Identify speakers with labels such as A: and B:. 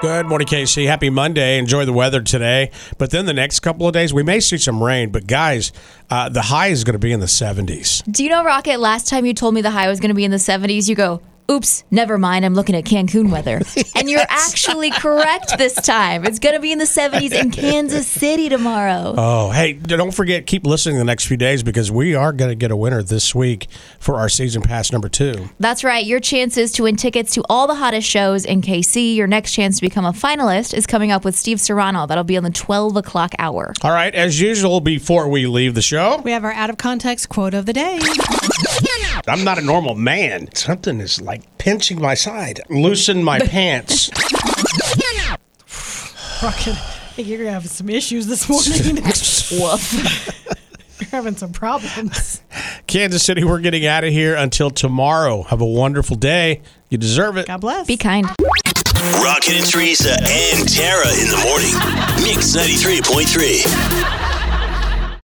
A: Good morning, KC. Happy Monday. Enjoy the weather today. But then the next couple of days, we may see some rain. But guys, uh, the high is going to be in the 70s.
B: Do you know, Rocket, last time you told me the high was going to be in the 70s, you go, oops, never mind. I'm looking at Cancun weather. And you're actually correct this time. It's going to be in the 70s in Kansas City tomorrow.
A: Oh, hey, don't forget, keep listening the next few days because we are going to get a winner this week for our season pass number two.
B: That's right. Your chances to win tickets to all the hottest shows in KC. Your next chance to become a finalist is coming up with Steve Serrano. That'll be on the 12 o'clock hour.
A: All right, as usual, before we leave the show,
C: We have our out of context quote of the day.
A: I'm not a normal man. Something is like pinching my side. Loosen my pants.
C: Rocket, I think you're having some issues this morning.
B: Woof.
C: you're having some problems.
A: Kansas City, we're getting out of here until tomorrow. Have a wonderful day. You deserve it.
C: God bless.
B: Be kind.
D: Rocket and Teresa and Tara in the morning. Mix 93.3.